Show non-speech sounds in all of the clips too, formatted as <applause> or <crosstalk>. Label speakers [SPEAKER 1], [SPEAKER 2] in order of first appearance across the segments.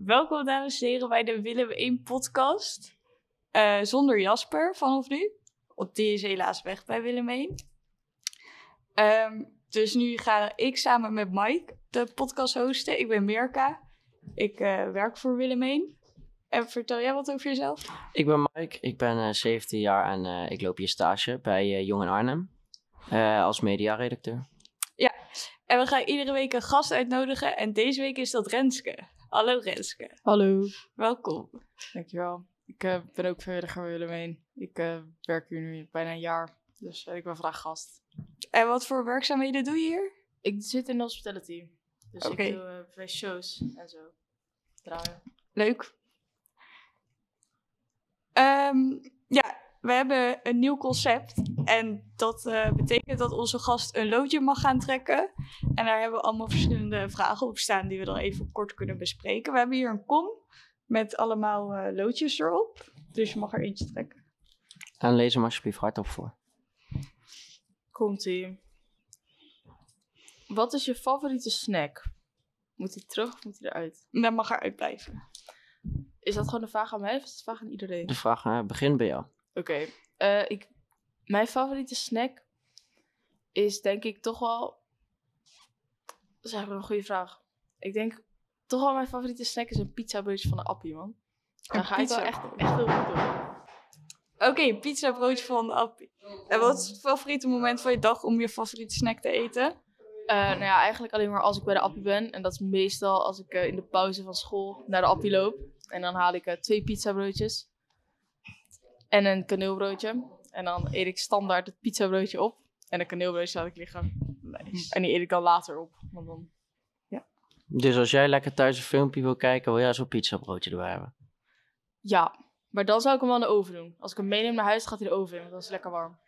[SPEAKER 1] Welkom dames en heren bij de Willen we één podcast. Eh, zonder Jasper vanaf nu. Want die is helaas weg bij Willem 1. Ehm, dus nu ga ik samen met Mike de podcast hosten. Ik ben Mirka. Ik eh, werk voor Willem 1. En vertel jij wat over jezelf?
[SPEAKER 2] Ik ben Mike, ik ben eh, 17 jaar en eh, ik loop hier stage bij eh, Jong in Arnhem eh, als mediaredacteur.
[SPEAKER 1] En we gaan iedere week een gast uitnodigen. En deze week is dat Renske. Hallo Renske.
[SPEAKER 3] Hallo,
[SPEAKER 1] Welkom.
[SPEAKER 3] dankjewel. Ik eh, ben ook vrijwilliger bij Willem heen. Ik eh, werk hier nu bijna een jaar, dus eh, ik ben vandaag gast.
[SPEAKER 1] En wat voor werkzaamheden doe je hier?
[SPEAKER 3] Ik zit in de hospitality, dus
[SPEAKER 1] Oké.
[SPEAKER 3] ik doe eh, bij shows en zo. Draaien.
[SPEAKER 1] Leuk. Ehm, ja, we hebben een nieuw concept. En dat eh, betekent dat onze gast een loodje mag gaan trekken. En daar hebben we allemaal verschillende vragen op staan die we dan even kort kunnen bespreken. We hebben hier een kom met allemaal eh, loodjes erop. Dus je mag er eentje trekken.
[SPEAKER 2] En lees hem alsjeblieft hardop voor.
[SPEAKER 3] Komt-ie. Wat is je favoriete snack? Moet hij terug of moet hij eruit?
[SPEAKER 1] En dat mag eruit blijven.
[SPEAKER 3] Is dat gewoon een vraag aan mij of is het een vraag aan iedereen?
[SPEAKER 2] De vraag eh, begint bij jou.
[SPEAKER 3] Oké. eh, ik, mijn favoriete snack is denk ik toch wel... Dat is eigenlijk een goede vraag. Ik denk toch wel mijn favoriete snack is een pizzabeurtje van de Appie, man. Daar ga ik wel echt, echt heel goed op.
[SPEAKER 1] Oké, pizza broodje van de Appie. En wat is het favoriete moment van je dag om je favoriete snack te eten?
[SPEAKER 3] Eh, nou ja, eigenlijk alleen maar als ik bij de Appie ben. En dat is meestal als ik eh, in de pauze van school naar de Appie loop. En dan haal ik eh, twee pizzabroodjes. En een kaneelbroodje. En dan eet ik standaard het pizzabroodje op. En een kaneelbroodje laat ik liggen.
[SPEAKER 1] Nice.
[SPEAKER 3] En die eet ik dan later op. Want dan
[SPEAKER 2] Dus als jij lekker thuis een filmpje wil kijken, wil jij zo'n pizzabroodje erbij hebben.
[SPEAKER 3] Ja, maar dan zou ik hem wel in de oven doen. Als ik hem meeneem naar huis, gaat hij de oven in, want dan is het lekker warm.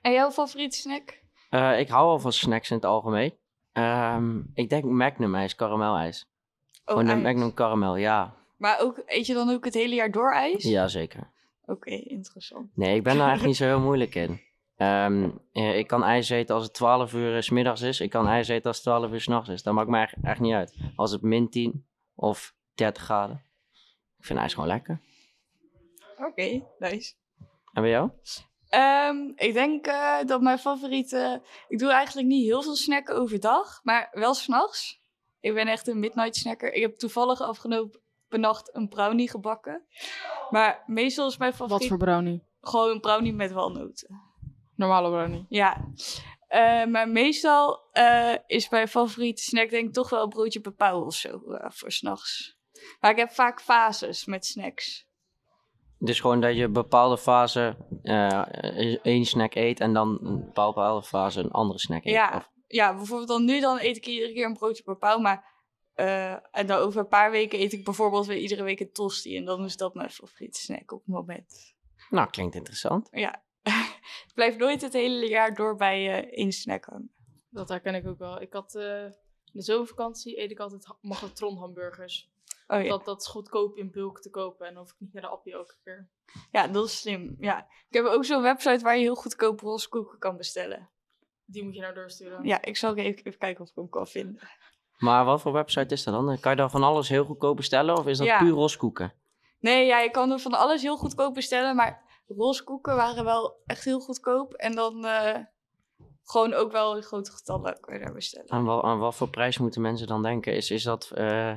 [SPEAKER 1] En jouw favoriete snack?
[SPEAKER 2] Eh, ik hou al van snacks in het algemeen. Ehm, ik denk Magnum ijs, karamellijs.
[SPEAKER 1] Oh,
[SPEAKER 2] Gewoon een
[SPEAKER 1] ijs.
[SPEAKER 2] Magnum karamel, ja.
[SPEAKER 1] Maar ook, eet je dan ook het hele jaar door ijs?
[SPEAKER 2] Jazeker.
[SPEAKER 1] Oké, interessant.
[SPEAKER 2] Nee, ik ben
[SPEAKER 1] <laughs>
[SPEAKER 2] daar eigenlijk niet zo heel moeilijk in. Ehm, eh, ik kan ijs eten als het 12 uur eh, 's middags is. Ik kan ijs eten als het 12 uur 's nachts is. Dat maakt mij echt, echt niet uit. Als het min 10 of 30 graden. Ik vind ijs gewoon lekker.
[SPEAKER 1] Oké, nice.
[SPEAKER 2] En bij jou?
[SPEAKER 1] Ehm, ik denk eh, dat mijn favoriete... Ik doe eigenlijk niet heel veel snacken overdag, maar wel s'nachts. Ik ben echt een midnight snacker. Ik heb toevallig afgelopen nacht een brownie gebakken. Maar meestal is mijn favoriet
[SPEAKER 3] brownie?
[SPEAKER 1] gewoon een brownie met walnoten.
[SPEAKER 3] Normale brownie.
[SPEAKER 1] Ja. Eh, maar meestal eh, is mijn favoriete snack denk ik toch wel broodje bepaal of zo eh, voor s'nachts. Maar ik heb vaak fases met snacks.
[SPEAKER 2] Dus gewoon dat je een bepaalde fase eh, één snack eet en dan een bepaalde fase een andere snack eet.
[SPEAKER 1] Ja,
[SPEAKER 2] Of-
[SPEAKER 1] ja, bijvoorbeeld dan nu dan eet ik iedere keer een broodje bepaal, maar eh, en dan over een paar weken eet ik bijvoorbeeld weer iedere week een tosti en dan is dat mijn favoriete snack op het moment. <laughs>
[SPEAKER 2] Nou, klinkt interessant.
[SPEAKER 1] Ja, ik blijf nooit het hele jaar door bij eh één snack hangen.
[SPEAKER 3] Dat herken ik ook wel. Ik had eh, in de zomervakantie eet ik altijd ha- magnetron hamburgers.
[SPEAKER 1] Oh ja.
[SPEAKER 3] Dat, dat is goedkoop in bulk te kopen en dan hoef ik niet naar de appie elke keer.
[SPEAKER 1] ja, dat is slim. Ja. Ik heb ook zo'n website waar je heel goedkoop roze koeken kan bestellen.
[SPEAKER 3] Die moet je nou doorsturen.
[SPEAKER 1] Ja, ik zal even, even kijken of ik hem kan vinden.
[SPEAKER 2] Maar wat voor website is dat dan? Kan je dan van alles heel goedkoop bestellen of is dat
[SPEAKER 1] Ja.
[SPEAKER 2] puur roskoeken?
[SPEAKER 1] Nee, ja, je kan er van alles heel goedkoop bestellen. Maar roskoeken waren wel echt heel goedkoop. En dan eh, gewoon ook wel in grote getallen kun je daar bestellen.
[SPEAKER 2] Aan, wel, aan wat voor prijs moeten mensen dan denken? Is, is dat eh,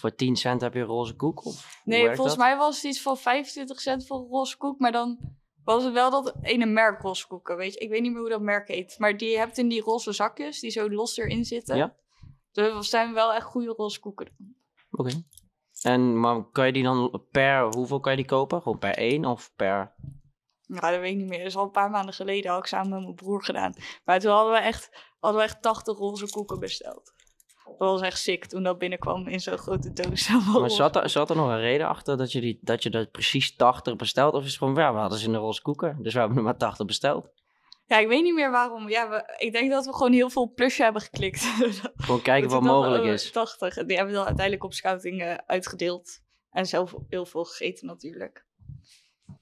[SPEAKER 2] voor 10 cent heb je een roze koek? Of hoe
[SPEAKER 1] Nee,
[SPEAKER 2] werkt
[SPEAKER 1] volgens
[SPEAKER 2] dat?
[SPEAKER 1] mij was het iets van 25 cent voor een roskoek. Maar dan was het wel dat ene merk roskoeken, weet je. Ik weet niet meer hoe dat merk heet. Maar die je hebt in die roze zakjes, die zo los erin zitten.
[SPEAKER 2] Ja.
[SPEAKER 1] Dus dat zijn wel echt goede roskoeken.
[SPEAKER 2] Oké. En maar kan je die dan per, hoeveel kan je die kopen? Gewoon per één of per...
[SPEAKER 1] Nou, dat weet ik niet meer. Dat is al een paar maanden geleden. Had ik samen met mijn broer gedaan. Maar toen hadden we echt, hadden we echt 80 roze koeken besteld. Dat was echt sick toen dat binnenkwam in zo'n grote doos. <laughs>
[SPEAKER 2] Maar zat er, zat er nog een reden achter dat je, die, dat je dat precies 80 bestelt? Of is het gewoon, ja, we hadden ze in de roze koeken, dus we hebben er maar 80 besteld.
[SPEAKER 1] Ja, ik weet niet meer waarom. Ja, we, ik denk dat we gewoon heel veel plusje hebben geklikt. <laughs>
[SPEAKER 2] Gewoon kijken wat
[SPEAKER 1] Toen dachten we,
[SPEAKER 2] mogelijk
[SPEAKER 1] oh,
[SPEAKER 2] is.
[SPEAKER 1] 80. Die hebben we dan uiteindelijk op scouting eh, uitgedeeld. En zelf heel veel gegeten natuurlijk.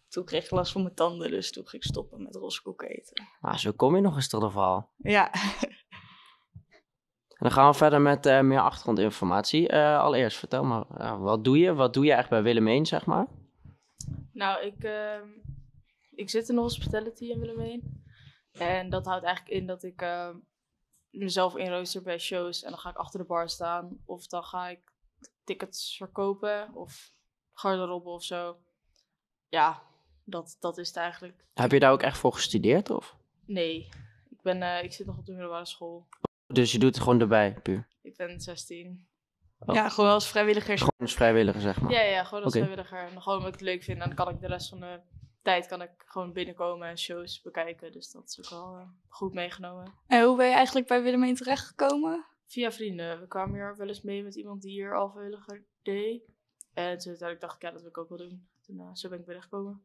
[SPEAKER 1] Toen kreeg ik last van mijn tanden, dus toen ging ik stoppen
[SPEAKER 2] Nou,
[SPEAKER 1] met roze koeken eten.
[SPEAKER 2] Maar zo kom je nog eens tot een verhaal.
[SPEAKER 1] Ja.
[SPEAKER 2] En dan gaan we verder met eh, meer achtergrondinformatie. Eh, allereerst, vertel maar, ja, wat doe je? Wat doe je echt bij Willem 1, zeg maar?
[SPEAKER 3] Nou, ik, ehm, ik zit in de hospitality in Willemijn. En dat houdt eigenlijk in dat ik ehm, mezelf inrooster bij shows. En dan ga ik achter de bar staan. Of dan ga ik tickets verkopen. Of garderobe of zo. Ja, dat, dat is het eigenlijk.
[SPEAKER 2] Heb je daar ook echt voor gestudeerd, of?
[SPEAKER 3] Nee, ik, ben, eh, ik zit nog op de middelbare school.
[SPEAKER 2] Dus je doet het gewoon erbij, puur?
[SPEAKER 3] Ik ben 16.
[SPEAKER 2] Oh.
[SPEAKER 1] Ja, gewoon als vrijwilligers.
[SPEAKER 2] Gewoon als vrijwilliger, zeg maar.
[SPEAKER 3] Ja, ja, gewoon als
[SPEAKER 2] Oké.
[SPEAKER 3] vrijwilliger. En gewoon omdat ik het leuk vind. En dan kan ik de rest van de tijd kan ik gewoon binnenkomen en shows bekijken. Dus dat is ook wel eh, goed meegenomen.
[SPEAKER 1] En hoe ben je eigenlijk bij Willem 1 terechtgekomen?
[SPEAKER 3] Via vrienden. We kwamen hier wel eens mee met iemand die hier al vrijwilliger deed. En toen uiteindelijk dacht ik, ja, dat wil ik ook wel doen. Toen, eh, zo ben ik binnengekomen.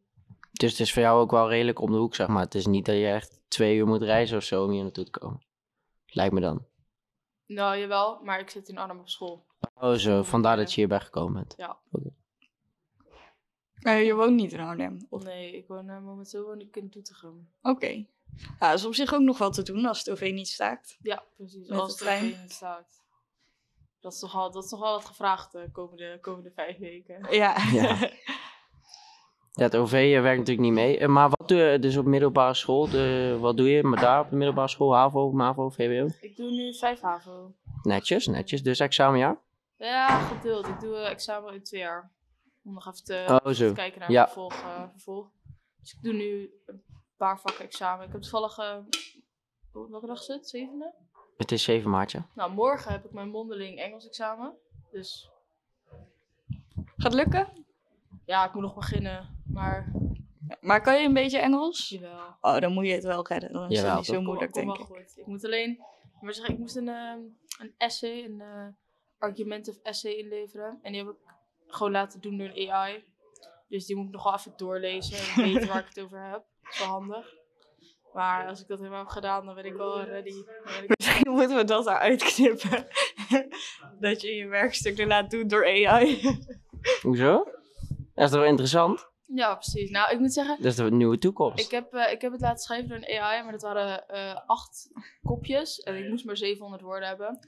[SPEAKER 2] Dus het is voor jou ook wel redelijk om de hoek, zeg maar. Het is niet dat je echt twee uur moet reizen of zo om hier naartoe te komen. Lijkt me dan.
[SPEAKER 3] Nou, jawel, maar ik zit in Arnhem op school.
[SPEAKER 2] Oh zo, vandaar dat je hier bent gekomen bent.
[SPEAKER 1] Eh, je woont niet in Arnhem. Of...
[SPEAKER 3] Nee, ik woon eh, momenteel woon ik in Doetinchem.
[SPEAKER 1] Oké. Ja, dat is op zich ook nog wel te doen als het OV niet staakt.
[SPEAKER 3] Ja, precies.
[SPEAKER 1] Met de
[SPEAKER 3] als de
[SPEAKER 1] trein.
[SPEAKER 3] trein staat. Dat is toch al, dat is toch al het gevraagd de komende, komende vijf weken.
[SPEAKER 1] Ja.
[SPEAKER 2] Ja. Ja, het OV werkt natuurlijk niet mee. Eh, Maar wat doe je dus op middelbare school? De- wat doe je maar daar op de middelbare school? HAVO, MAVO, VWO?
[SPEAKER 3] Ik doe nu vijf HAVO.
[SPEAKER 2] Netjes, netjes. Dus examenjaar?
[SPEAKER 3] Ja, gedeeld. Ik doe eh, examen in twee jaar. Om nog even te
[SPEAKER 2] oh zo.
[SPEAKER 3] even kijken naar
[SPEAKER 2] Ja.
[SPEAKER 3] het vervolg, eh, vervolg. Dus ik doe nu een paar vakken examen. Ik heb toevallig, eh, hoe- welke dag is het? Zevende?
[SPEAKER 2] Het is 7 maart, ja.
[SPEAKER 3] Nou, morgen heb ik mijn mondeling Engels examen. Dus
[SPEAKER 1] <laughs> Gaat lukken?
[SPEAKER 3] ja, ik moet nog beginnen. Maar
[SPEAKER 1] Maar kan je een beetje Engels?
[SPEAKER 3] jawel.
[SPEAKER 1] Oh, dan moet je het wel redden. Dan is
[SPEAKER 2] Jawel,
[SPEAKER 1] het niet zo
[SPEAKER 2] dat
[SPEAKER 1] moeilijk,
[SPEAKER 3] kom,
[SPEAKER 1] denk
[SPEAKER 3] wel
[SPEAKER 1] ik.
[SPEAKER 3] goed. Ik moet alleen, maar zeg, ik moest een, ehm, een essay, een eh, argumentative essay inleveren. En die heb ik gewoon laten doen door een AI. Dus die moet ik nog wel even doorlezen
[SPEAKER 1] <laughs>
[SPEAKER 3] en weten waar ik het over heb. Dat is wel handig. Maar als ik dat helemaal heb gedaan, dan ben ik wel ready. Dan ben ik-
[SPEAKER 1] <laughs> Misschien moeten we dat eruit knippen. <laughs> dat je je werkstuk erlaat doet door AI.
[SPEAKER 2] Hoezo? Dat is toch wel interessant?
[SPEAKER 3] Ja, precies. Nou, ik moet zeggen,
[SPEAKER 2] Dat is de nieuwe toekomst.
[SPEAKER 3] ik heb, eh, ik heb het laten schrijven door een AI, maar dat waren eh, acht kopjes. En ik moest maar 700 woorden hebben.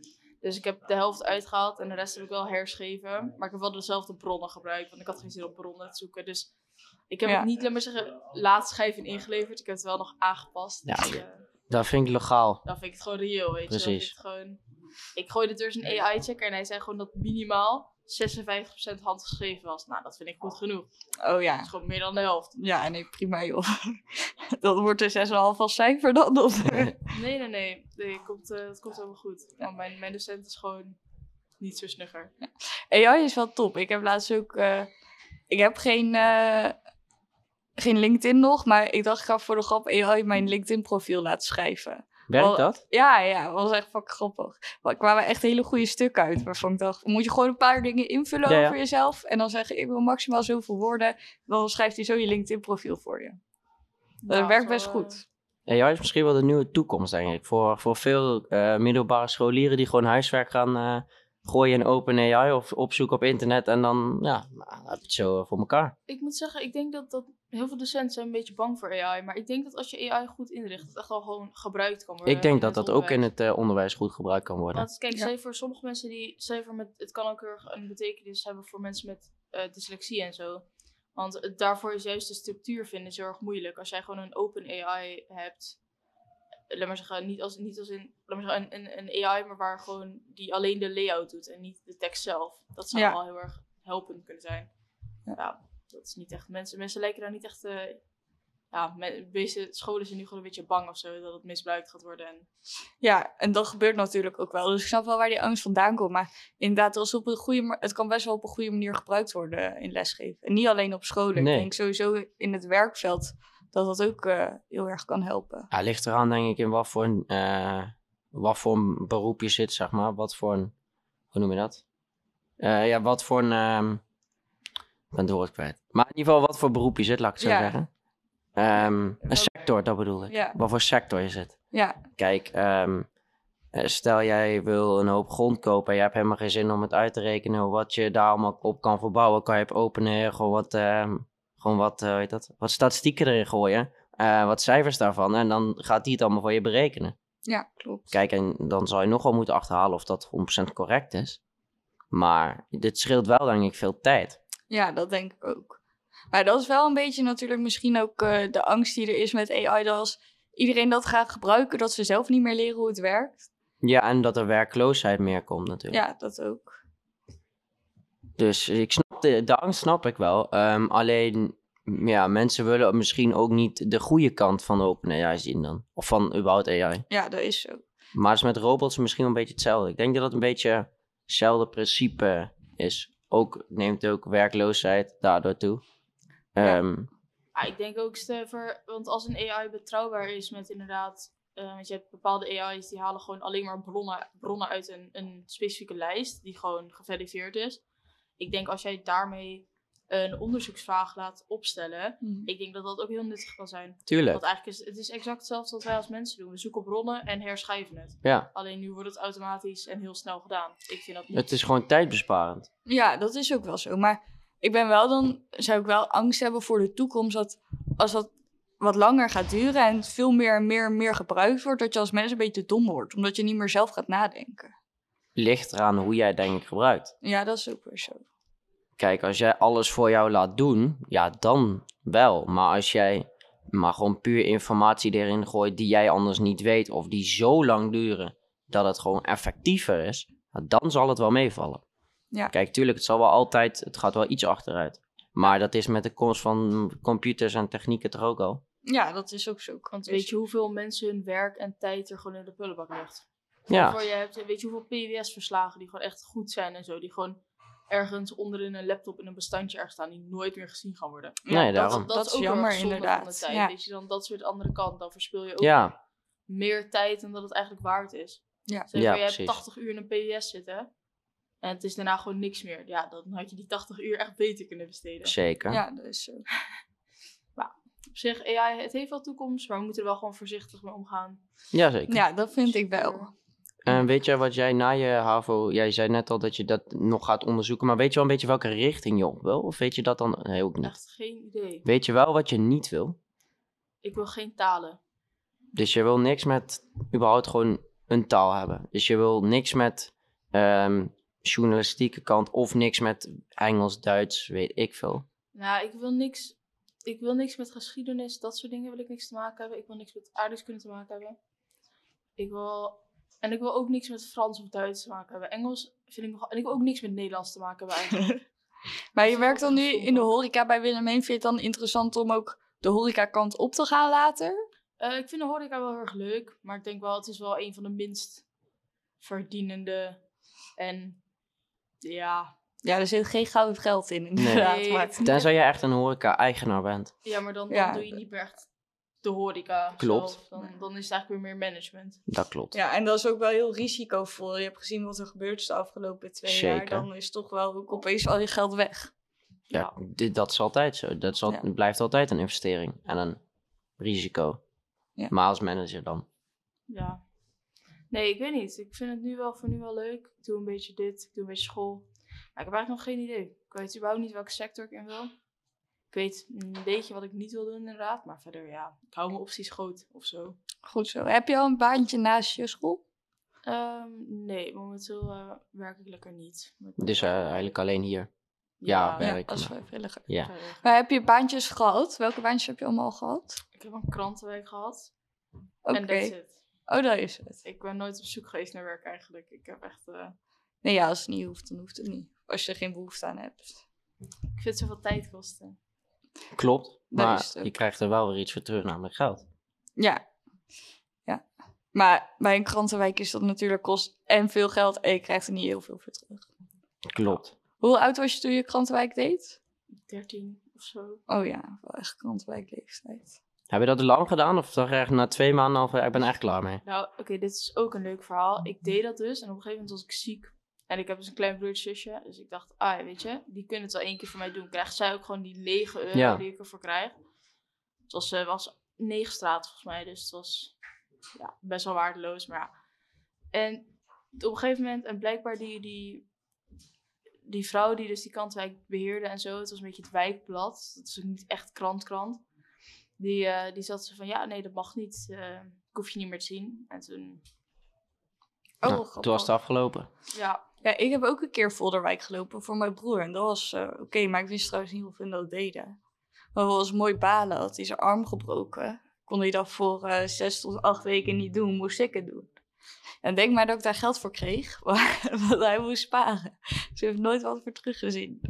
[SPEAKER 3] Dus ik heb de helft uitgehaald en de rest heb ik wel herschreven. Maar ik heb wel dezelfde bronnen gebruikt, want ik had geen zin om bronnen te zoeken. Dus ik heb
[SPEAKER 1] Ja.
[SPEAKER 3] het niet, laat maar zeggen, laatst schrijven ingeleverd. Ik heb het wel nog aangepast.
[SPEAKER 2] Ja.
[SPEAKER 3] Dus, eh,
[SPEAKER 2] Dat vind ik legaal.
[SPEAKER 3] dan vind ik het gewoon reëel, weet je. Dan
[SPEAKER 2] Precies.
[SPEAKER 3] vind ik, het gewoon... ik gooide dus door zijn AI-checker en hij zei gewoon dat minimaal 56% handgeschreven was. Nou, dat vind ik goed genoeg. Dat
[SPEAKER 1] <laughs> Oh
[SPEAKER 3] is
[SPEAKER 1] ja.
[SPEAKER 3] gewoon meer dan de helft.
[SPEAKER 1] Ja, nee, prima joh. <laughs> dat wordt een 6,5 als cijfer dan. Of... <laughs>
[SPEAKER 3] Nee, nee, nee. nee komt, eh, het komt helemaal goed. Want mijn, mijn docent is gewoon niet zo snugger.
[SPEAKER 1] AI is wel top. Ik heb laatst ook. eh, ik heb geen, eh, geen LinkedIn nog, maar ik dacht ik ga voor de grap AI mijn LinkedIn-profiel laten schrijven.
[SPEAKER 2] Werkt
[SPEAKER 1] Wel-
[SPEAKER 2] dat?
[SPEAKER 1] Ja, ja, was echt fucking grappig. Er kwamen echt hele goede stukken uit waarvan ik dacht: moet je gewoon een paar dingen invullen
[SPEAKER 2] Ja, ja.
[SPEAKER 1] over jezelf en dan zeggen: ik wil maximaal zoveel woorden. Dan schrijft hij zo je LinkedIn-profiel voor je. Dat
[SPEAKER 3] Nou,
[SPEAKER 1] werkt
[SPEAKER 3] zo,
[SPEAKER 1] best
[SPEAKER 3] eh,
[SPEAKER 1] goed.
[SPEAKER 2] Ja, jou is misschien wel de nieuwe toekomst, denk ik. Voor, voor veel eh, middelbare scholieren die gewoon huiswerk gaan eh, gooien in OpenAI of opzoeken op internet. En dan, ja, nou, heb je het zo eh, voor elkaar.
[SPEAKER 3] Ik moet zeggen, ik denk dat, dat heel veel docenten zijn een beetje bang voor AI. Maar ik denk dat als je AI goed inricht, dat het echt wel gewoon gebruikt kan worden.
[SPEAKER 2] Ik denk
[SPEAKER 3] eh, in
[SPEAKER 2] dat
[SPEAKER 3] het
[SPEAKER 2] dat ook in
[SPEAKER 3] onderwijs.
[SPEAKER 2] het eh, onderwijs goed gebruikt kan worden.
[SPEAKER 3] Want kijk,
[SPEAKER 1] Ja.
[SPEAKER 3] stel je voor sommige mensen die... Stel je voor met, het kan ook heel erg een betekenis hebben voor mensen met eh, dyslexie en zo. Want het- daarvoor is juist de structuur vinden heel erg moeilijk. Als jij gewoon een open AI hebt... eh, Laat maar zeggen, niet als, niet als in, laat maar zeggen, een, een, een AI, maar waar gewoon die alleen de layout doet en niet de tekst zelf. Dat zou
[SPEAKER 1] Ja.
[SPEAKER 3] wel heel erg helpend kunnen zijn.
[SPEAKER 1] Ja.
[SPEAKER 3] Ja, dat is niet echt. Mensen, mensen lijken daar niet echt. eh, ja, me- meeste scholen zijn nu gewoon een beetje bang of zo dat het misbruikt gaat worden. En
[SPEAKER 1] Ja, en dat gebeurt natuurlijk ook wel. Dus ik snap wel waar die angst vandaan komt. Maar inderdaad, als op een goede, ma- het kan best wel op een goede manier gebruikt worden in lesgeven. En niet alleen op scholen.
[SPEAKER 2] Nee.
[SPEAKER 1] Ik denk sowieso in het werkveld dat dat ook eh, heel erg kan helpen.
[SPEAKER 2] Ja, ligt eraan, denk ik, in wat voor, een, eh, wat voor een beroep je zit, zeg maar. Wat voor een, hoe noem je dat? Eh, ja, wat voor een, ehm, ik ben het woord kwijt. Maar in ieder geval, wat voor beroep je zit, laat ik het zo
[SPEAKER 1] Ja.
[SPEAKER 2] zeggen. Ehm, een
[SPEAKER 1] Wat-
[SPEAKER 2] sector, dat bedoel ik.
[SPEAKER 1] Ja.
[SPEAKER 2] Wat voor sector je zit.
[SPEAKER 1] Ja,
[SPEAKER 2] Kijk, ehm, eh, stel jij wil een hoop grond kopen en je hebt helemaal geen zin om het uit te rekenen wat je daar allemaal op kan verbouwen. Kan je op openen, gewoon wat, ehm, gewoon wat, eh, hoe heet dat? wat statistieken erin gooien, eh, wat cijfers daarvan en dan gaat die het allemaal voor je berekenen.
[SPEAKER 1] Ja, klopt.
[SPEAKER 2] Kijk, en dan zou je nogal moeten achterhalen of dat 100% correct is. Maar dit scheelt wel, denk ik, veel tijd.
[SPEAKER 1] Ja, dat denk ik ook. Maar dat is wel een beetje natuurlijk misschien ook eh, de angst die er is met AI. Dat als iedereen dat gaat gebruiken, dat ze zelf niet meer leren hoe het werkt.
[SPEAKER 2] Ja, en dat er werkloosheid meer komt natuurlijk.
[SPEAKER 1] Ja, dat ook.
[SPEAKER 2] Dus ik snap de, de angst snap ik wel. Ehm, alleen, ja, mensen willen misschien ook niet de goede kant van OpenAI zien dan. Of van überhaupt AI.
[SPEAKER 1] Ja, dat is zo.
[SPEAKER 2] Maar het is met robots misschien wel een beetje hetzelfde. Ik denk dat het een beetje hetzelfde principe is. Ook neemt ook werkloosheid daardoor toe.
[SPEAKER 1] Ja.
[SPEAKER 2] Ehm,
[SPEAKER 3] Ah, ik denk ook stever, want als een AI betrouwbaar is met inderdaad, eh, want je hebt bepaalde AI's die halen gewoon alleen maar bronnen, bronnen uit een, een specifieke lijst die gewoon geverifieerd is. Ik denk als jij daarmee een onderzoeksvraag laat opstellen, ik denk dat dat ook heel nuttig kan zijn. Want
[SPEAKER 2] tuurlijk.
[SPEAKER 3] eigenlijk is het is exact hetzelfde wat wij als mensen doen. We zoeken bronnen en herschrijven het.
[SPEAKER 2] Ja,
[SPEAKER 3] Alleen nu wordt het automatisch en heel snel gedaan. Ik vind dat niet.
[SPEAKER 2] het is gewoon tijdbesparend.
[SPEAKER 1] Ja, dat is ook wel zo. Maar ik ben wel dan, zou ik wel angst hebben voor de toekomst. Dat als dat wat langer gaat duren en veel meer en meer en meer gebruikt wordt, dat je als mens een beetje dom wordt. Omdat je niet meer zelf gaat nadenken.
[SPEAKER 2] Ligt eraan hoe jij het denk ik gebruikt.
[SPEAKER 1] Ja, dat is ook weer zo.
[SPEAKER 2] Kijk, als jij alles voor jou laat doen, ja, dan wel. Maar als jij maar gewoon puur informatie erin gooit die jij anders niet weet of die zo lang duren dat het gewoon effectiever is, ja, dan zal het wel meevallen.
[SPEAKER 1] Ja.
[SPEAKER 2] Kijk, tuurlijk, het zal wel altijd, het gaat wel iets achteruit. Maar dat is met de komst van computers en technieken toch ook al.
[SPEAKER 1] Ja, dat is ook zo. Dus
[SPEAKER 3] Want weet je hoeveel mensen hun werk en tijd er gewoon in de prullenbak ligt?
[SPEAKER 2] Ja,
[SPEAKER 3] Voor je hebt, weet je hoeveel PWS-verslagen die gewoon echt goed zijn en zo, die gewoon ergens onderin een laptop in een bestandje ergens staan, die nooit meer gezien gaan worden.
[SPEAKER 2] nee, daarom.
[SPEAKER 1] dat is
[SPEAKER 3] heel erg
[SPEAKER 1] jammer,
[SPEAKER 3] zonde Van
[SPEAKER 1] inderdaad.
[SPEAKER 3] de tijd.
[SPEAKER 1] Ja.
[SPEAKER 3] Weet je, dan dat is weer de andere kant. Dan verspil je ook
[SPEAKER 2] ja,
[SPEAKER 3] meer tijd dan dat het eigenlijk waard is.
[SPEAKER 1] Ja.
[SPEAKER 3] Stel je
[SPEAKER 2] Ja,
[SPEAKER 3] voor, je hebt
[SPEAKER 2] precies.
[SPEAKER 3] 80 uur in een PWS zitten en het is daarna gewoon niks meer. Ja, dan had je die 80 uur echt beter kunnen besteden.
[SPEAKER 2] zeker.
[SPEAKER 1] Ja, dat is zo.
[SPEAKER 3] Op zich, AI, het heeft wel toekomst, maar we moeten er wel gewoon voorzichtig mee omgaan.
[SPEAKER 2] Ja, zeker.
[SPEAKER 1] Ja, dat vind ik <laughs> wel.
[SPEAKER 2] En weet jij wat jij na je HAVO... Jij zei net al dat je dat nog gaat onderzoeken. Maar weet je wel een beetje welke richting je op wil? Of weet je dat dan nee, ook niet?
[SPEAKER 3] Echt geen idee.
[SPEAKER 2] Weet je wel wat je niet wil?
[SPEAKER 3] Ik wil geen talen.
[SPEAKER 2] Dus je wil niks met überhaupt gewoon een taal hebben. Dus je wil niks met ehm, journalistieke kant of niks met Engels, Duits, weet ik veel.
[SPEAKER 3] Nou, ik wil niks. Ik wil niks met geschiedenis, dat soort dingen wil ik niks te maken hebben. Ik wil niks met aardrijkskunde te maken hebben. Ik wil. En ik wil ook niks met Frans of Duits te maken hebben. Engels vind ik nog. En ik wil ook niks met Nederlands te maken hebben
[SPEAKER 2] <laughs>
[SPEAKER 3] eigenlijk.
[SPEAKER 1] Maar je werkt dan nu in de horeca bij Willem Heen. Vind je het dan interessant om ook de horeca-kant op te gaan later?
[SPEAKER 3] Eh, ik vind de horeca wel heel erg leuk, maar ik denk wel, het is wel een van de minst verdienende. En ja.
[SPEAKER 1] Ja, er zit geen goud geld in, inderdaad.
[SPEAKER 3] Nee.
[SPEAKER 1] Maar,
[SPEAKER 2] Tenzij je echt een horeca-eigenaar bent.
[SPEAKER 3] Ja, maar dan, dan
[SPEAKER 1] Ja.
[SPEAKER 3] doe je niet meer echt de horeca.
[SPEAKER 2] Klopt.
[SPEAKER 3] zelf. Dan, dan is het eigenlijk weer meer management.
[SPEAKER 2] Dat klopt.
[SPEAKER 1] ja, en dat is ook wel heel risicovol. Je hebt gezien wat er gebeurd is de afgelopen twee jaar.
[SPEAKER 2] Zeker.
[SPEAKER 1] Dan is toch wel ook opeens al je geld weg.
[SPEAKER 2] Ja, dit, dat is altijd zo. Dat is al-
[SPEAKER 1] Ja.
[SPEAKER 2] blijft altijd een investering en een risico.
[SPEAKER 1] Ja.
[SPEAKER 2] Maar als manager dan.
[SPEAKER 3] Ja. Nee, ik weet niet. Ik vind het nu wel voor nu wel leuk. Ik doe een beetje dit, ik doe een beetje school. Maar ik heb eigenlijk nog geen idee. Ik weet überhaupt niet welke sector ik in wil. Ik weet een beetje wat ik niet wil doen inderdaad. Maar verder ja, ik hou mijn opties groot of zo.
[SPEAKER 1] Goed zo. Heb je al een baantje naast je school?
[SPEAKER 3] Ehm, nee, momenteel eh, werk ik lekker niet. Maar ik ben
[SPEAKER 2] Dus eh,
[SPEAKER 3] wel-
[SPEAKER 2] eigenlijk alleen hier. ja,
[SPEAKER 1] Ja,
[SPEAKER 2] werk.
[SPEAKER 1] als vrijwilliger.
[SPEAKER 2] Ja.
[SPEAKER 3] verder.
[SPEAKER 1] Maar heb je baantjes gehad? Welke baantjes heb je allemaal al gehad?
[SPEAKER 3] Ik heb een krantenweek gehad.
[SPEAKER 1] Oké.
[SPEAKER 3] En dat is het.
[SPEAKER 1] Oh, dat is het.
[SPEAKER 3] Ik ben nooit op zoek geweest naar werk eigenlijk. Ik heb echt... eh,
[SPEAKER 1] Nee, ja, als het niet hoeft, dan hoeft het niet. Als je er geen behoefte aan hebt.
[SPEAKER 3] ik vind het zoveel tijd kosten.
[SPEAKER 2] Klopt.
[SPEAKER 1] Daar
[SPEAKER 2] Maar
[SPEAKER 1] is het ook.
[SPEAKER 2] je krijgt er wel weer iets voor terug, namelijk geld.
[SPEAKER 1] Ja. ja. Maar bij een krantenwijk is dat natuurlijk kost en veel geld. En je krijgt er niet heel veel voor terug.
[SPEAKER 2] Klopt.
[SPEAKER 1] Hoe oud was je toen je krantenwijk deed?
[SPEAKER 3] 13 of zo.
[SPEAKER 1] Oh ja, wel echt krantenwijkleeftijd.
[SPEAKER 2] Heb je dat lang gedaan of dan echt na twee maanden al van, ja, ik ben er echt klaar mee?
[SPEAKER 3] Nou, oké, dit is ook een leuk verhaal. Ik deed dat dus en op een gegeven moment was ik ziek. En ik heb dus een klein broertje zusje. Dus ik dacht, ah, ja, weet je, die kunnen het wel één keer voor mij doen. Krijgt zij ook gewoon die lege euro
[SPEAKER 2] Ja.
[SPEAKER 3] die ik ervoor krijg. Het was, eh, was negen straat volgens mij, dus het was ja, best wel waardeloos. Maar ja. En op een gegeven moment, en blijkbaar die, die, die vrouw die dus die kantwijk beheerde en zo. Het was een beetje het wijkblad. Dat is ook niet echt krant-krant. Die, eh, die zat ze van, ja, nee, dat mag niet. eh, ik hoef je niet meer te zien. En toen,
[SPEAKER 1] Oh,
[SPEAKER 2] Nou,
[SPEAKER 1] grappig.
[SPEAKER 2] toen was het afgelopen.
[SPEAKER 3] ja,
[SPEAKER 1] Ja, ik heb ook een keer Volderwijk gelopen voor mijn broer. En dat was eh, oké, maar ik wist trouwens niet hoeveel dat deden. Maar wel eens mooi balen had hij zijn arm gebroken. Kon hij dat voor eh, zes tot acht weken niet doen, moest ik het doen. En denk maar dat ik daar geld voor kreeg, <laughs> want hij moest sparen. Dus hij heeft nooit wat voor teruggezien.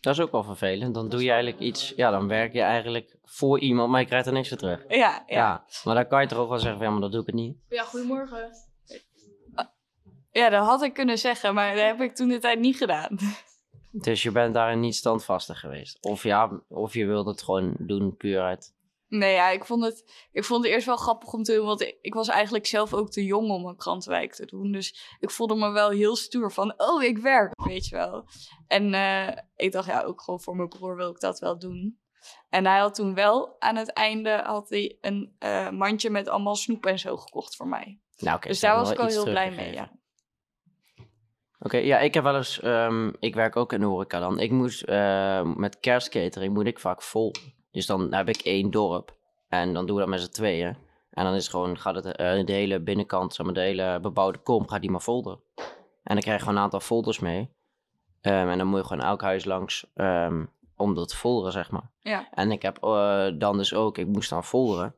[SPEAKER 2] Dat is ook wel vervelend. Dan doe je eigenlijk iets, ja, dan werk je eigenlijk voor iemand, maar je krijgt er niks voor terug.
[SPEAKER 1] Ja, ja.
[SPEAKER 2] Ja. maar dan kan je toch ook wel zeggen van, ja, maar dat doe ik het niet.
[SPEAKER 3] ja, goedemorgen.
[SPEAKER 1] Ja, dat had ik kunnen zeggen, maar dat heb ik toen de tijd niet gedaan. <laughs>
[SPEAKER 2] Dus je bent daarin niet standvastig geweest. Of ja, of je wilde het gewoon doen puur uit.
[SPEAKER 1] Nee, ja, ik vond, het, ik vond het eerst wel grappig om te doen. Want ik, ik was eigenlijk zelf ook te jong om een krantenwijk te doen. Dus ik voelde me wel heel stoer van, oh, ik werk, weet je wel. En eh, ik dacht, ja, ook gewoon voor mijn broer wil ik dat wel doen. En hij had toen wel aan het einde had hij een eh, mandje met allemaal snoep en zo gekocht voor mij.
[SPEAKER 2] Nou, oké,
[SPEAKER 1] dus
[SPEAKER 2] ze
[SPEAKER 1] daar
[SPEAKER 2] hebben
[SPEAKER 1] was ik al
[SPEAKER 2] iets
[SPEAKER 1] heel blij mee,
[SPEAKER 2] teruggegeven.
[SPEAKER 1] ja.
[SPEAKER 2] Oké, ja, ik heb wel eens, ehm, ik werk ook in de horeca dan. Ik moest, eh, met kerstcatering moet ik vaak vol. Dus dan heb ik één dorp en dan doen we dat met z'n tweeën. En dan is het gewoon, gaat het, eh, de hele binnenkant, zeg maar, de hele bebouwde kom, gaat die maar folder. En dan krijg je gewoon een aantal folders mee. Ehm, en dan moet je gewoon elk huis langs ehm, om dat te folderen, zeg maar.
[SPEAKER 1] Ja.
[SPEAKER 2] En ik heb eh, dan dus ook, ik moest dan folderen.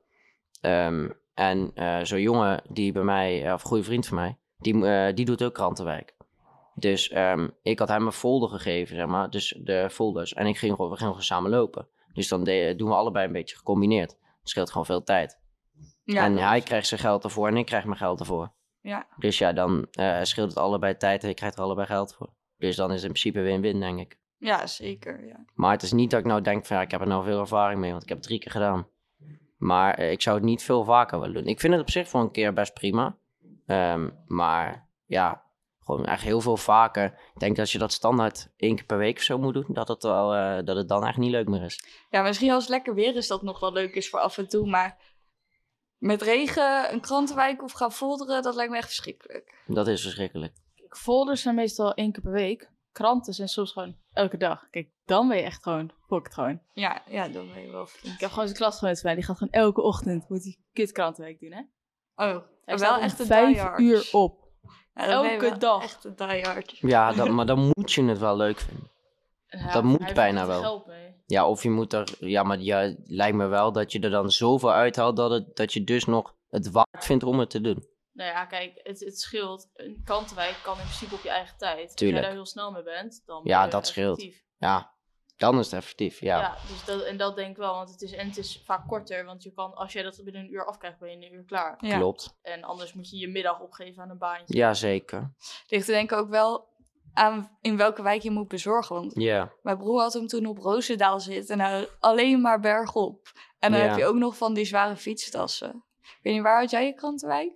[SPEAKER 2] Ehm, en eh, zo'n jongen die bij mij, eh, of een goede vriend van mij, die, eh, die doet ook krantenwijk. Dus ehm, ik had hem een folder gegeven, zeg maar. Dus de folders. En ik ging gewoon, we gingen gewoon samen lopen. Dus dan de- doen we allebei een beetje gecombineerd. Dat scheelt gewoon veel tijd.
[SPEAKER 1] Ja,
[SPEAKER 2] en hij krijgt zijn geld ervoor en ik krijg mijn geld ervoor.
[SPEAKER 1] Ja.
[SPEAKER 2] Dus ja, dan eh, scheelt het allebei tijd en je krijgt er allebei geld voor. Dus dan is het in principe win-win, denk ik.
[SPEAKER 1] ja zeker, ja.
[SPEAKER 2] Maar het is niet dat ik nou denk van ja, ik heb er nou veel ervaring mee, want ik heb het drie keer gedaan. Maar eh, ik zou het niet veel vaker willen doen. Ik vind het op zich voor een keer best prima. Ehm, maar ja, gewoon echt heel veel vaker. Ik denk dat als je dat standaard één keer per week of zo moet doen, dat het, wel, eh, dat het dan echt niet leuk meer is.
[SPEAKER 1] Ja, misschien als het lekker weer is dat nog wel leuk is voor af en toe. Maar met regen, een krantenwijk of gaan folderen, dat lijkt me echt verschrikkelijk.
[SPEAKER 2] Dat is verschrikkelijk.
[SPEAKER 3] Folders zijn meestal één keer per week. Kranten zijn soms gewoon elke dag. Kijk, dan ben je echt gewoon fucked gewoon.
[SPEAKER 1] Ja, ja, dan ben je wel
[SPEAKER 3] Ik
[SPEAKER 1] flink.
[SPEAKER 3] heb gewoon zijn klasgenoot van mij. Die gaat gewoon elke ochtend moet die kutkrantenwijk doen, hè?
[SPEAKER 1] Oh,
[SPEAKER 3] Hij
[SPEAKER 1] wel
[SPEAKER 3] staat om
[SPEAKER 1] echt een
[SPEAKER 3] vijf
[SPEAKER 1] diehard.
[SPEAKER 3] uur op.
[SPEAKER 1] Ja, dan ben je
[SPEAKER 3] elke
[SPEAKER 1] wel
[SPEAKER 3] dag.
[SPEAKER 1] Echt een diehard.
[SPEAKER 2] Ja, dat, maar dan moet je het wel leuk vinden. Dat moet bijna wel. Ja, of je moet er. Ja, maar ja, lijkt me wel dat je er dan zoveel uithaalt dat, het, dat je dus nog het waard vindt om het te doen.
[SPEAKER 3] Nou ja, kijk, het, het scheelt. Een kantenwijk kan in principe op je eigen tijd. Als
[SPEAKER 2] Tuurlijk.
[SPEAKER 3] je daar heel snel mee bent, dan
[SPEAKER 2] Ja,
[SPEAKER 3] ben je
[SPEAKER 2] dat scheelt.
[SPEAKER 3] effectief.
[SPEAKER 2] Ja, dan is het effectief.
[SPEAKER 3] Ja,
[SPEAKER 2] Ja.
[SPEAKER 3] dus dat, en dat denk ik wel. Want het is, en het is vaak korter, want je kan, als jij dat binnen een uur afkrijgt, ben je in een uur klaar.
[SPEAKER 1] Ja.
[SPEAKER 2] Klopt.
[SPEAKER 3] En anders moet je je middag opgeven aan een baantje.
[SPEAKER 2] Jazeker.
[SPEAKER 1] Ligt er denk ik ook wel aan in welke wijk je moet bezorgen. Want
[SPEAKER 2] Ja.
[SPEAKER 1] mijn broer had hem toen op Roosendaal zitten en hij alleen maar bergop. En dan
[SPEAKER 2] Ja.
[SPEAKER 1] heb je ook nog van die zware fietstassen. Ik weet niet, waar had jij je krantenwijk?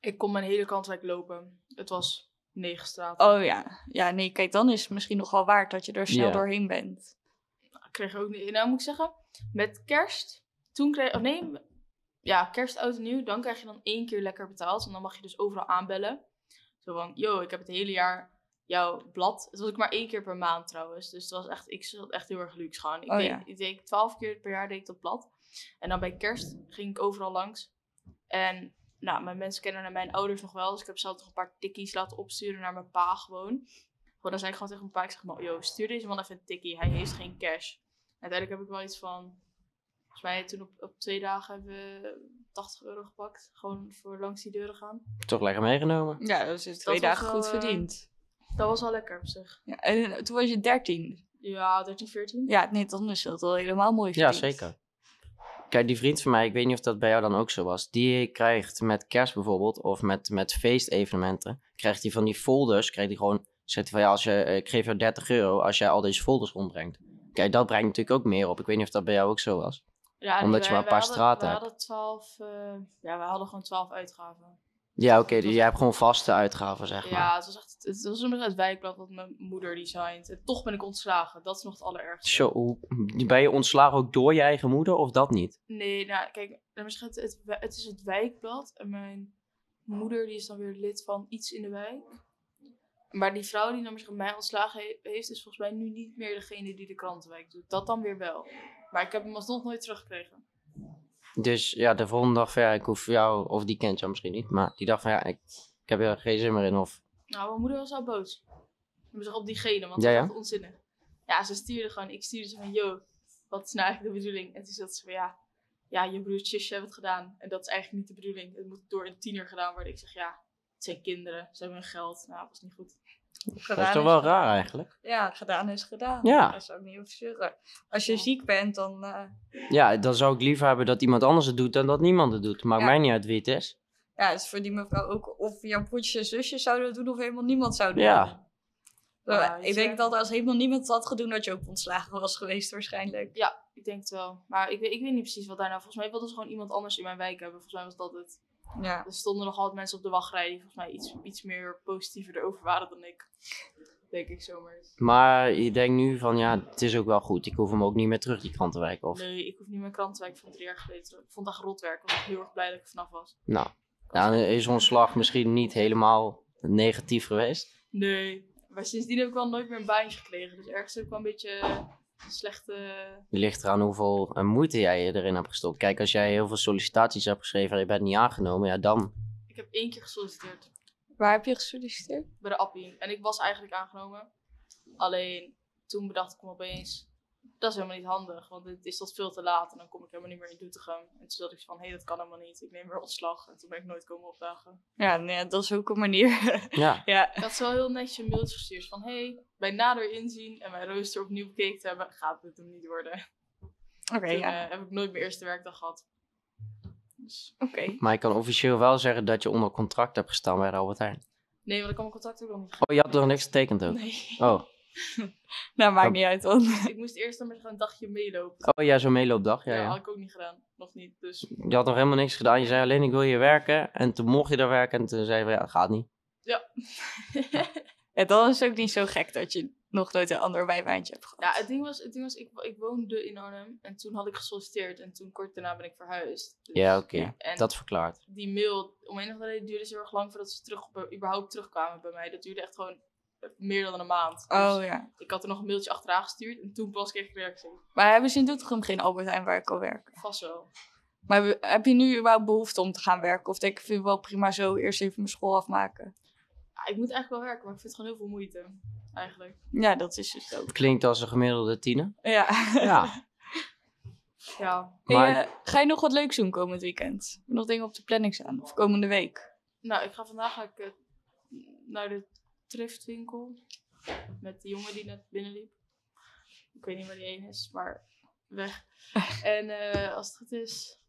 [SPEAKER 3] Ik kon mijn hele kantwijk lopen. Het was negen straten.
[SPEAKER 1] Oh ja. Ja, nee, kijk, dan is het misschien nog wel waard dat je er snel
[SPEAKER 2] Ja.
[SPEAKER 1] doorheen bent.
[SPEAKER 3] Ik kreeg ook niet. Nou moet ik zeggen, met kerst. Toen kreeg. Of nee, m- ja, kerst, oud en nieuw. Dan krijg je dan één keer lekker betaald. En dan mag je dus overal aanbellen. Zo van, yo, ik heb het hele jaar jouw blad. Het was ook maar één keer per maand trouwens. Dus het was echt, ik zat echt heel erg luxe gewoon. Ik,
[SPEAKER 1] Oh,
[SPEAKER 3] deed,
[SPEAKER 1] ja.
[SPEAKER 3] ik deed twaalf keer per jaar deed ik dat blad. En dan bij kerst ging ik overal langs. En nou, mijn mensen kennen naar mijn ouders nog wel. Dus ik heb zelf nog een paar tikkies laten opsturen naar mijn pa gewoon. Gewoon, dan zei ik gewoon tegen mijn pa, ik zeg maar, yo, stuur deze man even een tikkie. Hij heeft geen cash. Uiteindelijk heb ik wel iets van, volgens mij toen op, op twee dagen hebben we 80 euro gepakt. Gewoon voor langs die deuren gaan.
[SPEAKER 2] Toch lekker meegenomen.
[SPEAKER 1] Ja, dat is twee
[SPEAKER 3] was
[SPEAKER 1] dagen
[SPEAKER 3] wel,
[SPEAKER 1] goed
[SPEAKER 3] eh,
[SPEAKER 1] verdiend.
[SPEAKER 3] Dat was wel lekker op zich.
[SPEAKER 1] Ja, en eh, toen was je dertien.
[SPEAKER 3] Ja, 13, 14.
[SPEAKER 1] Ja, nee, dan is dat wel helemaal mooi
[SPEAKER 2] Ja,
[SPEAKER 1] verdiend.
[SPEAKER 2] zeker. Kijk, die vriend van mij, ik weet niet of dat bij jou dan ook zo was. Die krijgt met kerst bijvoorbeeld, of met, met feestevenementen, krijgt hij van die folders, krijgt hij gewoon, zegt hij van ja, als je, eh, ik geef jou 30 euro als jij al deze folders rondbrengt. Kijk, dat brengt natuurlijk ook meer op. Ik weet niet of dat bij jou ook zo was.
[SPEAKER 3] Ja, nee,
[SPEAKER 2] Omdat je
[SPEAKER 3] wij-
[SPEAKER 2] maar een
[SPEAKER 3] wij
[SPEAKER 2] paar
[SPEAKER 3] hadden-
[SPEAKER 2] straten
[SPEAKER 3] wij
[SPEAKER 2] hebt.
[SPEAKER 3] hadden 12, eh, ja, we hadden gewoon 12 uitgaven.
[SPEAKER 2] Ja, oké, dus jij hebt gewoon vaste uitgaven, zeg maar.
[SPEAKER 3] Ja, het was echt, het was een beetje het wijkblad wat mijn moeder designt. En toch ben ik ontslagen. Dat is nog het allerergste.
[SPEAKER 2] Zo, hoe- ben je ontslagen ook door je eigen moeder of dat niet?
[SPEAKER 3] Nee, nou, kijk, nou, misschien het, het, het is het wijkblad. En mijn moeder die is dan weer lid van iets in de wijk. Maar die vrouw die dan misschien mij ontslagen he- heeft, is volgens mij nu niet meer degene die de krantenwijk doet. Dat dan weer wel. Maar ik heb hem alsnog nooit teruggekregen.
[SPEAKER 2] Dus ja, de volgende dag van ja, ik hoef jou, of die kent jou misschien niet, maar die dag van ja, ik, ik heb er geen zin meer in. Of
[SPEAKER 3] Nou, mijn moeder was al boos. We zich op diegene, want
[SPEAKER 2] Ja,
[SPEAKER 3] dat
[SPEAKER 2] ja.
[SPEAKER 3] was echt onzinnig. Ja, ze stuurde gewoon, ik stuurde ze van, yo, wat is nou eigenlijk de bedoeling? En toen zat ze van, ja, ja, je broertjes zusje hebben het gedaan. En dat is eigenlijk niet de bedoeling. Het moet door een tiener gedaan worden. Ik zeg, ja, het zijn kinderen, ze hebben hun geld. Nou, dat was niet goed.
[SPEAKER 2] dat is toch wel raar eigenlijk?
[SPEAKER 1] Ja, gedaan is gedaan.
[SPEAKER 2] Ja.
[SPEAKER 1] Dat is ook niet officieel. Als je ziek bent, dan... eh,
[SPEAKER 2] Ja, dan zou ik liever hebben dat iemand anders het doet dan dat niemand het doet. Maakt
[SPEAKER 1] Ja.
[SPEAKER 2] mij niet uit wie het is.
[SPEAKER 1] ja, het is voor die mevrouw ook... Of jouw broertjes en zusjes zouden het doen, of helemaal niemand zou doen.
[SPEAKER 2] Ja.
[SPEAKER 1] Zo,
[SPEAKER 3] Ja,
[SPEAKER 1] ik denk dat als helemaal niemand het had gedaan, dat je ook ontslagen was geweest waarschijnlijk.
[SPEAKER 3] Ik denk het wel. Maar ik weet, ik weet niet precies wat daar nou... Volgens mij wilden ze gewoon iemand anders in mijn wijk hebben. Volgens mij was dat het.
[SPEAKER 1] Ja.
[SPEAKER 3] Er stonden nog altijd mensen op de wachtrij die volgens mij iets, iets meer positiever erover waren dan ik. Denk ik zomaar.
[SPEAKER 2] Maar je denkt nu van ja, het is ook wel goed. Ik hoef hem ook niet meer terug die krantenwijk of.
[SPEAKER 3] Nee, ik hoef niet mijn krantenwijk van drie jaar geleden terug. Ik vond het echt rotwerk, want ik was heel erg blij dat ik er vanaf was.
[SPEAKER 2] Nou, dan is ontslag misschien niet helemaal negatief geweest.
[SPEAKER 3] Nee. Maar sindsdien heb ik wel nooit meer een baantje gekregen. Dus ergens heb ik wel een beetje eh, slechte...
[SPEAKER 2] Het ligt eraan hoeveel eh, moeite jij erin hebt gestopt. Kijk, als jij heel veel sollicitaties hebt geschreven en je bent niet aangenomen, ja dan.
[SPEAKER 3] Ik heb één keer gesolliciteerd
[SPEAKER 1] Waar heb je gesolliciteerd?
[SPEAKER 3] bij de Appie. En ik was eigenlijk aangenomen. Alleen toen bedacht ik me opeens... Dat is helemaal niet handig, want het is tot veel te laat. En dan kom ik helemaal niet meer in Doetinchem. En toen dacht ik van, hé, dat kan helemaal niet. Ik neem weer ontslag. En toen ben ik nooit komen opdagen.
[SPEAKER 1] Ja, nee, dat is ook een manier. <laughs>
[SPEAKER 2] Ja.
[SPEAKER 1] ja.
[SPEAKER 3] Ik had ze wel heel netjes een mailtje gestuurd van... Hé, hey, bij nader inzien en mijn rooster opnieuw bekeken te hebben... gaat dit hem niet worden.
[SPEAKER 1] Oké,
[SPEAKER 3] Toen
[SPEAKER 1] ja.
[SPEAKER 3] eh, heb ik nooit mijn eerste werkdag gehad. Dus-
[SPEAKER 1] Oké.
[SPEAKER 2] Maar ik kan officieel wel zeggen dat je onder contract hebt gestaan bij de Albert Heijn.
[SPEAKER 3] Nee, want ik kan mijn contact ook nog niet
[SPEAKER 2] Oh, je had nog niks getekend ook?
[SPEAKER 3] Nee.
[SPEAKER 2] Oh.
[SPEAKER 1] Nou, maakt
[SPEAKER 2] Oh.
[SPEAKER 1] niet uit dan.
[SPEAKER 3] ik moest eerst nog met een dagje meelopen.
[SPEAKER 2] Oh ja, zo'n meeloopdag. Ja,
[SPEAKER 3] dat
[SPEAKER 2] ja.
[SPEAKER 3] had ik ook niet gedaan. Nog niet. Dus
[SPEAKER 2] Je had nog helemaal niks gedaan. Je zei alleen ik wil hier werken. En toen mocht je daar werken. En toen zei je van, ja, gaat niet.
[SPEAKER 1] Ja, dan is het ook niet zo gek dat je nog nooit een ander wijnwijntje hebt gehad.
[SPEAKER 3] ja, het ding was, het ding was ik, wo- ik woonde in Arnhem. En toen had ik gesolliciteerd. En toen kort daarna ben ik verhuisd. Dus-
[SPEAKER 2] Ja, oké.
[SPEAKER 1] Ja.
[SPEAKER 3] En
[SPEAKER 2] Dat verklaart.
[SPEAKER 3] die mail, om een of andere reden duurde ze heel erg lang voordat ze terug, op- überhaupt terugkwamen bij mij. Dat duurde echt gewoon eh, meer dan een maand. Dus
[SPEAKER 1] Oh ja.
[SPEAKER 3] ik had er nog een mailtje achteraan gestuurd. En toen pas kreeg ik reactie.
[SPEAKER 1] Maar hebben ze in Doetinchem geen Albert Heijn waar ik kan werken?
[SPEAKER 3] Vast wel.
[SPEAKER 1] Maar we- heb je nu überhaupt behoefte om te gaan werken? Of denk je, ik vind het wel prima zo, eerst even mijn school afmaken?
[SPEAKER 3] Ja, ik moet eigenlijk wel werken, maar ik vind het gewoon heel veel moeite. Eigenlijk.
[SPEAKER 1] Ja, dat is dus ook.
[SPEAKER 2] Klinkt als een gemiddelde tiener.
[SPEAKER 1] Ja.
[SPEAKER 2] Ja.
[SPEAKER 3] Ja.
[SPEAKER 1] <laughs> Hey,
[SPEAKER 2] Maar-
[SPEAKER 1] eh, ga je nog wat leuks doen komend weekend? Heb je nog dingen op de planning staan? Of komende week?
[SPEAKER 3] Nou, ik ga vandaag ga ik, eh, naar de thriftwinkel. Met die jongen die net binnenliep. Ik weet niet waar die heen is, maar <laughs> weg. en eh, als het goed is...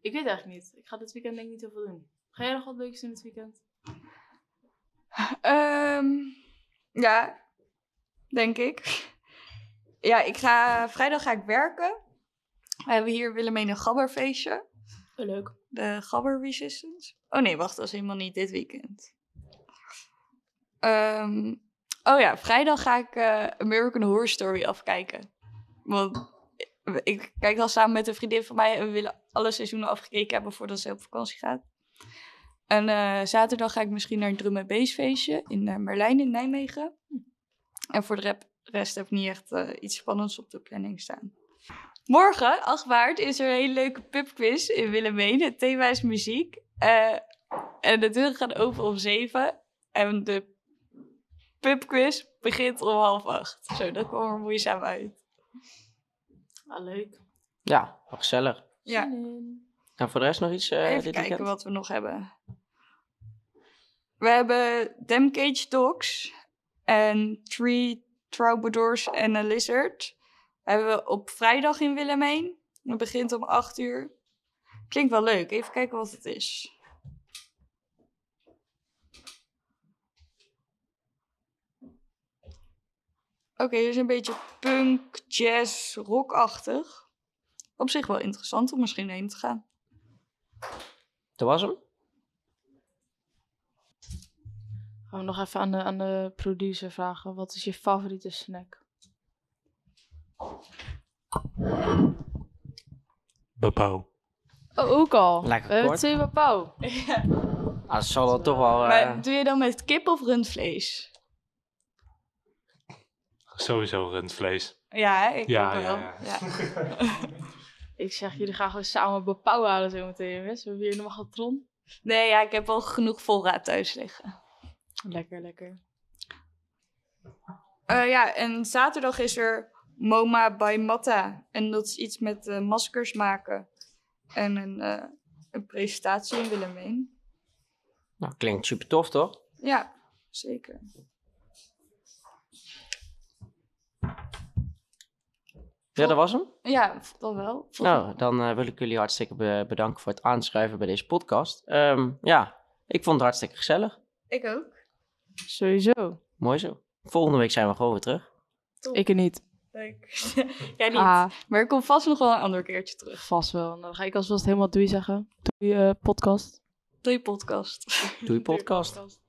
[SPEAKER 3] Ik weet eigenlijk niet. Ik ga dit weekend denk ik niet heel veel doen. Ga jij nog wat leuks doen dit weekend?
[SPEAKER 1] Ehm, ja, denk ik. <laughs> Ja, ik ga, vrijdag ga ik werken. We hebben hier Willemijn een gabberfeestje.
[SPEAKER 3] Eh, leuk.
[SPEAKER 1] De Gabber Resistance. Oh nee, wacht, dat is helemaal niet dit weekend. Ehm, oh ja, vrijdag ga ik eh, American Horror Story afkijken. Want ik kijk al samen met een vriendin van mij en we willen alle seizoenen afgekeken hebben voordat ze op vakantie gaat. En eh, zaterdag ga ik misschien naar een drum en bass feestje in eh, Merlijn in Nijmegen. En voor de rep- rest heb ik niet echt eh, iets spannends op de planning staan. Morgen, 8 maart, is er een hele leuke pubquiz in Willemijn. Het thema is muziek. Eh, en de deuren gaan open om 7. En de pubquiz begint om half 8. Zo, dat kwam er moeizaam uit.
[SPEAKER 3] Ah, leuk.
[SPEAKER 2] Ja, wel gezellig.
[SPEAKER 1] Ja.
[SPEAKER 3] Zin in.
[SPEAKER 2] En voor de rest nog iets eh,
[SPEAKER 1] Even
[SPEAKER 2] dit
[SPEAKER 1] kijken
[SPEAKER 2] weekend?
[SPEAKER 1] wat we nog hebben. We hebben Damcage Dogs en Three Troubadours en een Lizard. Hebben we op vrijdag in Willemijn. Het begint om 8 uur. Klinkt wel leuk. Even kijken wat het is. Oké, dit is een beetje punk, jazz, rockachtig. Op zich wel interessant om misschien heen te gaan.
[SPEAKER 2] Dat was hem.
[SPEAKER 3] Gaan we nog even aan de, aan de producer vragen. Wat is je favoriete snack?
[SPEAKER 4] Bepaal.
[SPEAKER 3] Oh, ook al.
[SPEAKER 2] Lekker
[SPEAKER 3] we hebben
[SPEAKER 2] kort.
[SPEAKER 3] twee papau.
[SPEAKER 2] Ah, dat zal wel toch wel... eh,
[SPEAKER 1] Maar doe je dan met kip of rundvlees?
[SPEAKER 4] Sowieso rundvlees.
[SPEAKER 1] Ja, hè? ik
[SPEAKER 4] Ja,
[SPEAKER 1] ook wel.
[SPEAKER 4] ja, ja.
[SPEAKER 1] Ja.
[SPEAKER 3] Ik zeg, jullie gaan gewoon samen bepauwen halen zo meteen, jongens. We hebben hier helemaal gatron.
[SPEAKER 1] Nee, ja, ik heb al genoeg voorraad thuis liggen.
[SPEAKER 3] Lekker, lekker.
[SPEAKER 1] Eh, ja, en zaterdag is er MoMA by Matta. En dat is iets met eh, maskers maken. En een, eh, een presentatie in Willemijn.
[SPEAKER 2] Nou, klinkt super tof, toch?
[SPEAKER 1] Ja, zeker.
[SPEAKER 2] Ja, dat was hem.
[SPEAKER 1] Ja, dat wel.
[SPEAKER 2] Nou, dan eh, wil ik jullie hartstikke be- bedanken voor het aanschuiven bij deze podcast. Ehm, ja, ik vond het hartstikke gezellig.
[SPEAKER 1] Ik ook.
[SPEAKER 3] Sowieso.
[SPEAKER 2] Mooi zo. Volgende week zijn we gewoon weer terug.
[SPEAKER 3] Ik er niet.
[SPEAKER 1] <laughs> Leuk. Jij niet.
[SPEAKER 3] Ah,
[SPEAKER 1] Maar ik kom vast nog wel een ander keertje terug.
[SPEAKER 3] vast wel. Nou, Dan ga ik alvast helemaal doei zeggen. Doei eh, podcast.
[SPEAKER 1] Doei podcast.
[SPEAKER 2] Doei podcast.
[SPEAKER 3] podcast.